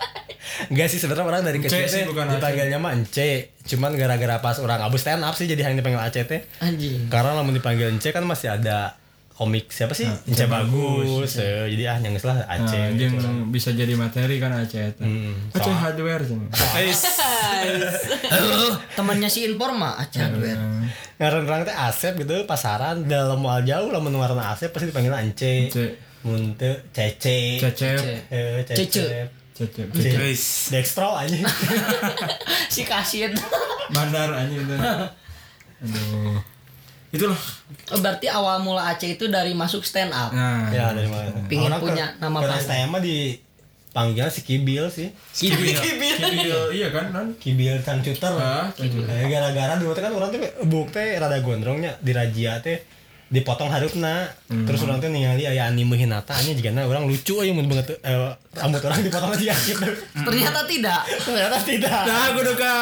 Enggak sih sebenarnya orang dari Ence kecil sih, teh bukan dipanggilnya mah Ence. Cuman gara-gara pas orang abis stand up sih jadi hanya dipanggil Aceh teh. Anjing. Karena lamun dipanggil Ence kan masih ada komik siapa sih? Nah, Ence bagus. eh, Jadi ah nyangis lah nah, Aceh. gitu. dia yang bisa jadi materi kan Aceh itu Hmm, Aceh hardware sih Eis. Temannya si Informa Aceh Adwer. Ngaran orang teh Asep gitu pasaran dalam mal jauh lamun warna Asep pasti dipanggil Ence. Ence. Mun teu Cece. cecep Eh, Cece. Cece. cecep Eis. Dextro anjing. si Kasin. bandar aja itu aduh itulah Berarti awal mula Aceh itu dari masuk stand up. nah ya dari mana? Pingin Orang punya ke- nama ke panggilan. saya mah di panggilan si Kibil sih. Kibil, iya kan non Kibil Cangcuter. Ah, Eh, gara-gara dulu teh kan orang teh buk teh rada gondrongnya di razia teh dipotong harupna Hmm. terus orang teh ningali aya anime Hinata anjing jigana orang lucu aja mun banget eh, rambut orang dipotong aja gitu Ternyata tidak. ternyata tidak Nah, gue duka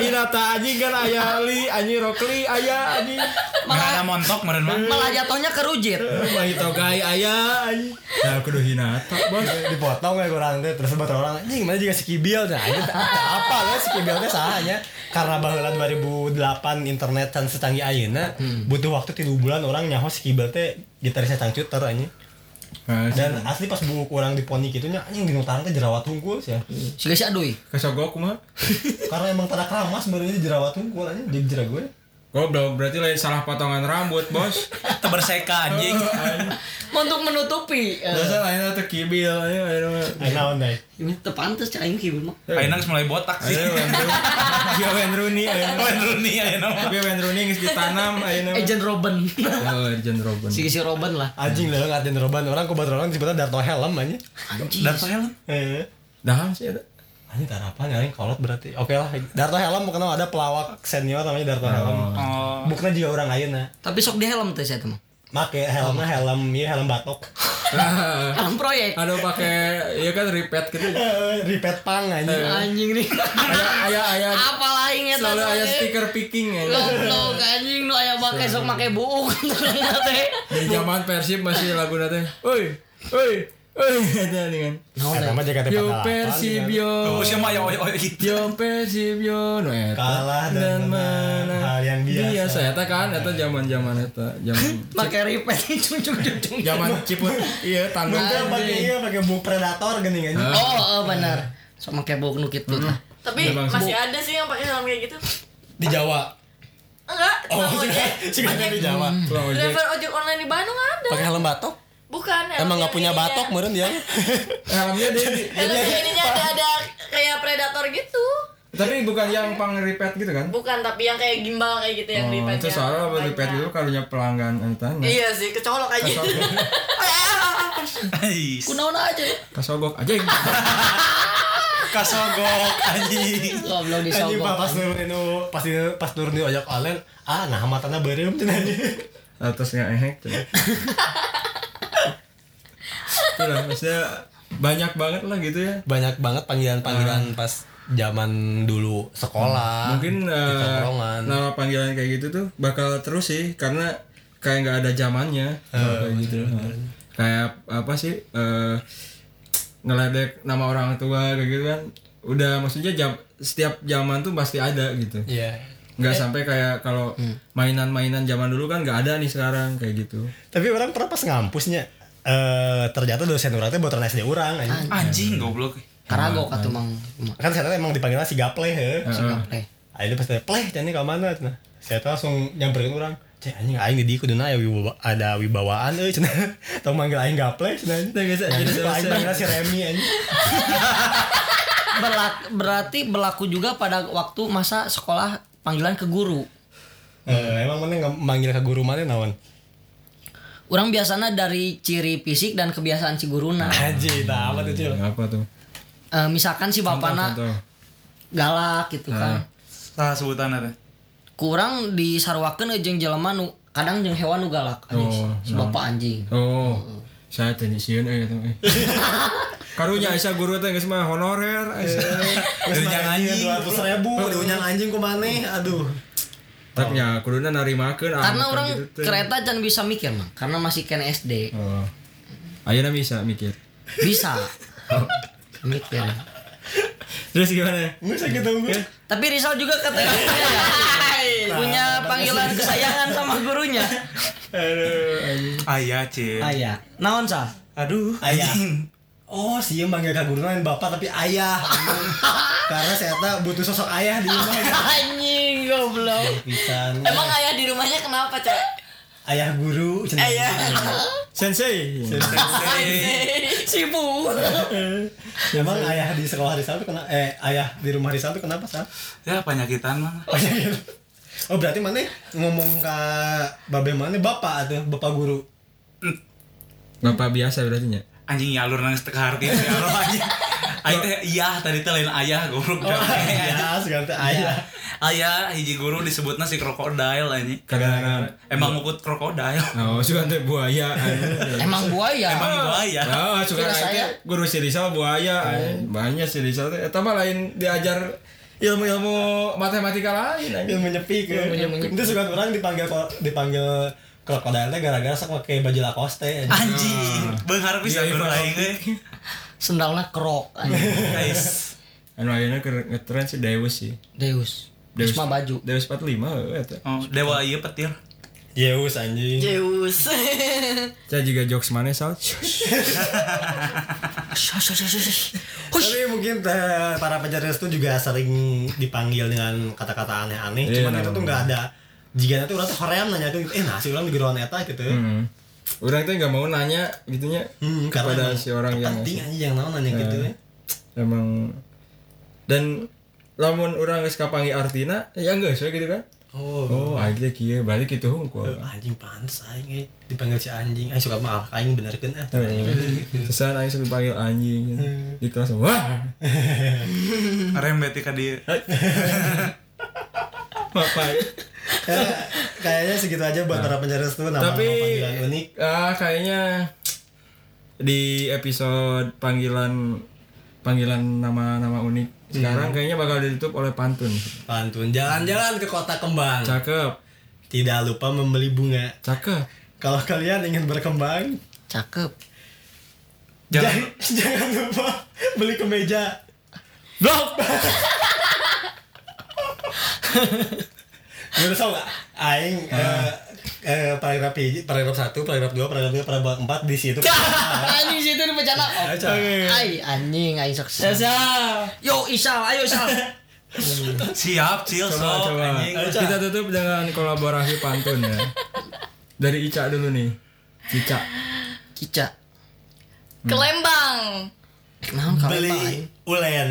Hinata anjing kan ayah Li, anjing Rokli, ayah anjing. Mana montok meureun mah. Malah jatuhnya ke rujit. Bagi togai ayah anjing. Nah, gue duka Hinata, bos. Gitu, dipotong kayak orang teh terus batur orang ini gimana juga si kibil nah ini tak apa kan si kibil teh sahanya karena baheula 2008 internet can secanggih ayeuna Hmm. butuh waktu tilu bulan orang nyaho si kibil teh gitarisnya cangcuter anjing Nah, dan Hmm. asli pas buku orang di poni gitu nya anjing di utara teh jerawat hungkul sih ya Si eh. Gasi Adui. kesogok mah. karena emang tada keramas barunya jerawat hungkul anjing jadi jera gue Goblok, berarti lain salah potongan rambut, Bos. Teberseka anjing. untuk menutupi eh, Dasar lain atau kibil ya. ayo ayo. Ayo naon deh. ini tepantes cah aing kieu mah Finance mulai botak sih. Ayo Wayne Rooney. Iya Wayne Rooney ayo. Wayne Rooney ya nama. Tapi Wayne Rooney geus ditanam ayo. agent Robin Oh, Arjen Robben. si si Robin lah Anjing lah ngatin roban orang ku batur orang disebutna Darto Helm aja. anjing Darto Helm. Heeh. Daham sih ada. Anjing tarapan anjing kolot berarti. Oke lah. Darto Helm kenal ada pelawak senior namanya Darto Helm. Oh. Bukna juga orang ayeuna. tapi sok di helm teh saya mah Make helmnya helm ieu helm batok. helm proyek Ada pakai ya kan repeat gitu. Ripet pang anjing. Eh. anjing nih Aya aya aya apa lain ya selalu aya stiker picking ya. goblok anjing nu aya make sok make buuk teh Di zaman Persib masih lagu nanti. Oi, oi, oi ada nih kan. Eta mah JKT48. Yo Persib yo. Oh, siapa ya? Oh, oh, oh, gitu. Yo Persib yo nu eta. Kalah dan menang, hal yang biasa. Biasa eta kan eta zaman-zaman eta, zaman make ripet cucuk cucuk zaman ciput iya tanggung Mungkin pakai iya pakai buk predator geuning anjing. oh eh, benar sok make buuk nu kitu tah Tapi masih ada sih yang pakai helm kayak gitu. Iya, Di Jawa. Enggak, Oh, tukang sih ojek. di Jawa. Tukang ojek. Driver ojek online di Bandung ada. Pakai helm batok. Bukan. helm yang Emang nggak punya ininya. batok meureun dia. helmnya Eh, dia di- Helm yang ininya ada ada kayak predator gitu. tapi bukan yang pang repeat gitu kan Bukan, tapi yang kayak gimbal kayak gitu yang Oh, di itu soalnya apa repeat itu karunya pelanggan eh, nah, entahnya Iya sih, kecolok aja. Ais. kunaon aja kasogok aja Kasogok anjing. goblok di Anjing pas pas sogok nurunin nu- pas di pas nurunin di ojek online, ah nah matanya berem cenah anjing. atasnya ehek tuh Itulah, maksudnya banyak banget lah gitu ya banyak banget panggilan-panggilan pas zaman dulu sekolah mungkin di eh, tongkrongan. nama panggilan kayak gitu tuh bakal terus sih karena kayak nggak ada zamannya Eh, kayak gitu kayak apa sih eh, ngeledek nama orang tua kayak gitu kan udah maksudnya jam setiap zaman tuh pasti ada gitu Iya. Hmm. nggak sampai kayak kalau mainan-mainan zaman dulu kan nggak ada nih sekarang kayak gitu tapi orang pernah pas ngampusnya eh ternyata dosen orang teh botolan SD orang anjing. Anjing goblok. karago katuh mang kan saya emang dipanggilnya si gaple he Gaple. akhirnya pas tanya pleh tanya ke mana nah saya tuh langsung nyamperin orang cek anjing aing di dieu kuduna ya wibawa, ada wibawaan euy cenah tong manggil aing gaple cenah Teu geus, jadi jadi aing dosen. panggilnya si Remy anjing Berlak- berarti berlaku juga pada waktu masa sekolah panggilan ke guru. Eh, emang mana nggak manggil ke guru mana naon Orang biasanya dari ciri fisik dan kebiasaan si guruna. Nah. anjing tah apa tuh Cil? apa tuh Eh, misalkan si Nah. bapana Contoh. Nah. galak gitu kan. Salah sebutan ada. Kurang disarwakeun jeung jelema nu kadang jeung hewan nu galak. Anjing, Oh, si bapak anjing. oh saya tanya sieun euy eta mah. karunya Aisyah guru teh geus mah honorer Aisyah. Eh. Dari yang anjing. dua ratus ribu diunyang anjing ku maneh aduh Tapi ya kuduna narimakeun ah, Karena bukan orang gitu teh. kereta jangan bisa mikir, Mang. Karena masih kan SD. Oh. Ayeuna bisa mikir. Bisa. mikir. Terus gimana? nggak usah gitu gue Tapi Rizal juga katanya ya. Nah, punya panggilan kesayangan sama gurunya. Ayah Ah, cil. Ayah, iya. naon sah? Aduh. Ayah. Anjing. oh sih manggil ke guru lain bapak tapi ayah karena saya tak butuh sosok ayah di rumah gitu. Anjing goblok. pisan Iya, Emang ayah di rumahnya kenapa, Cak? ayah guru cenah. Iya. Ayah. Sensei. Sibuk. emang ayah di sekolah Rizal tuh kenapa eh ayah di rumah Rizal tuh kenapa sah Ya penyakitan mah. oh berarti mana ngomong ke babe mana bapak atau bapak guru Bapak biasa berarti nya. Anjing ya alur nangis teka hati. Ya alur anjing. Aing teh iya tadi teh lain ayah goblok. Oh, iya. Iya. ayah sekarang ayah Ayah hiji guru disebutna si krokodil anjing. Kadang-kadang Emang mukut krokodil. Oh, suka teh buaya. anjing. Emang buaya. Emang itu ayah. Oh, suka Kira saya. saya guru si Rizal buaya. anjing. Banyak si Rizal teh. Eta mah lain diajar ilmu-ilmu matematika lain anjing. ilmu nyepik ya. itu suka orang dipanggil ko- dipanggil krokodilnya gara-gara sok pakai baju lacoste Ah. aja. Anjing. Beunghar bisa Iya, guru iya. aing euy. Sendalnya krok. anjing. Guys. Anu ayeuna keur- ngetren si Deus sih. Deus. Deus mah baju. Deus 45 eta. Oh, dewa ieu petir. Yeus anjing Zeus. Saya juga jokes mana sal. Ah, Tapi mungkin eh, para penjari itu juga sering dipanggil dengan kata-kata aneh-aneh. Iya, Cuman itu namanya. tuh nggak ada jika nanti orang tuh hoream nanya tuh eh nasi orang di geroan eta gitu Hmm. Orang tuh nggak mau nanya gitunya Hmm, kepada emang si orang yang Iya. penting aja yang naon nanya gitu ya emang dan lamun orang geus kapangi artina ya enggak sih gitu kan. oh Oh, akhirnya kieu balik itu hungkul. anjing pantas aing eh. dipanggil si anjing aing suka mah aing bener kan ah Iya, Sesan aing sampai panggil anjing gitu. di kelas wah Rembeti ka dia. papai. kayaknya segitu aja buat para pencari itu Iya. nama Tapi panggilan unik ah kayaknya di episode panggilan panggilan nama-nama unik Iya. sekarang kayaknya bakal ditutup oleh pantun. pantun jalan-jalan ke kota kembang Cakep, tidak lupa membeli bunga cakep. kalau kalian ingin berkembang Cakep. jangan, jangan lupa beli kemeja Blok. Gue tau gak? Aing eh, eh, paragraf hiji, paragraf satu, paragraf dua, paragraf tiga, paragraf empat di situ. anjing situ di bencana. Ai anjing ai sok. Yo Isal, ayo Isal. Siap, cil, Coba, sok. coba. Eh. anjing. Kita tutup dengan kolaborasi pantun ya. Dari Ica dulu nih. Ica. Kica. Eh, Kelembang. Naon kalembang Beli aing? ulen.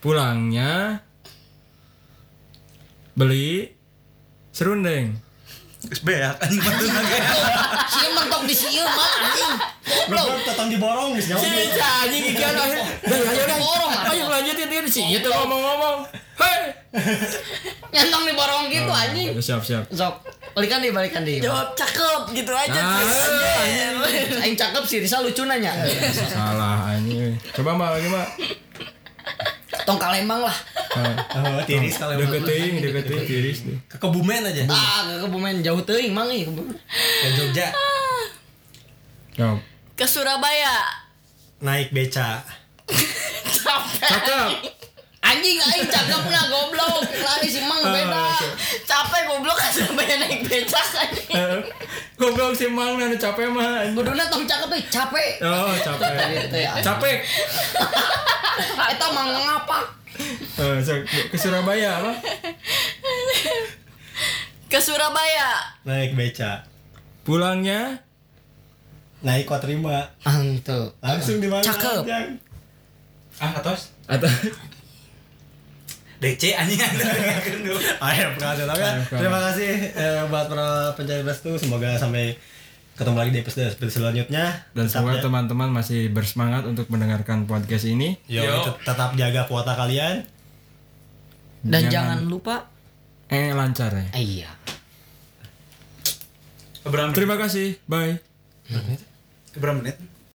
Pulangnya beli serundeng. Geus beak anjing pantun lagi. Sieu mentok di sieu mah anjing. Goblok. Belum tetang diborong guys nyawa. Ica anjing iki anak. Ayo dah borong ah. lah. Ayo lanjutin dia sih. Itu ngomong-ngomong. Hei. Nyantong di borong gitu anjing. Siap, siap. Sok. Balikan deh, balikan deh. Jawab cakep gitu aja. Nah, terus. Anjir. Aing cakep sih, Risa lucu nanya. Ah, Salah anjing. Coba Mbak lagi, Mbak. Tong kalembang lah. Nah, Oh, tiris kalau emang. Deketin, deketin tiris deh. ke Kebumen aja. Ah, ke Kebumen jauh teuing mang ieu Kebumen. Ke Jogja Jawab. Ke Surabaya. naik beca. Capek. Cakep. Anjing aing cakep lah goblok. Lari si Mang beda. Capek goblok ke Surabaya naik becak anjing. Eh, Goblok si Mang anu capek mah. anjing. Kuduna tong cakep euy, capek. Oh, capek. Gitu ya. Capek. Eta mang ngapa? Eh, so- ke Surabaya apa? Ke Surabaya. Naik beca. Pulangnya Naik kotrima. Antu. Langsung di mana? Cakep. Jang? Ah, atos. atau DC anjing ada. Ayo, pengasih tahu Ayo, ya. pengasih. Terima kasih eh, buat para pencari restu. Semoga sampai ketemu lagi di episode episode selanjutnya. dan Tetap semoga ya- teman-teman masih bersemangat untuk mendengarkan podcast ini. Yo, Yo. tet- tetap jaga kuota kalian. Dan jangan lupa eh lancar ya. Iya. Berapa menit? Terima kasih. Bye. Berapa menit?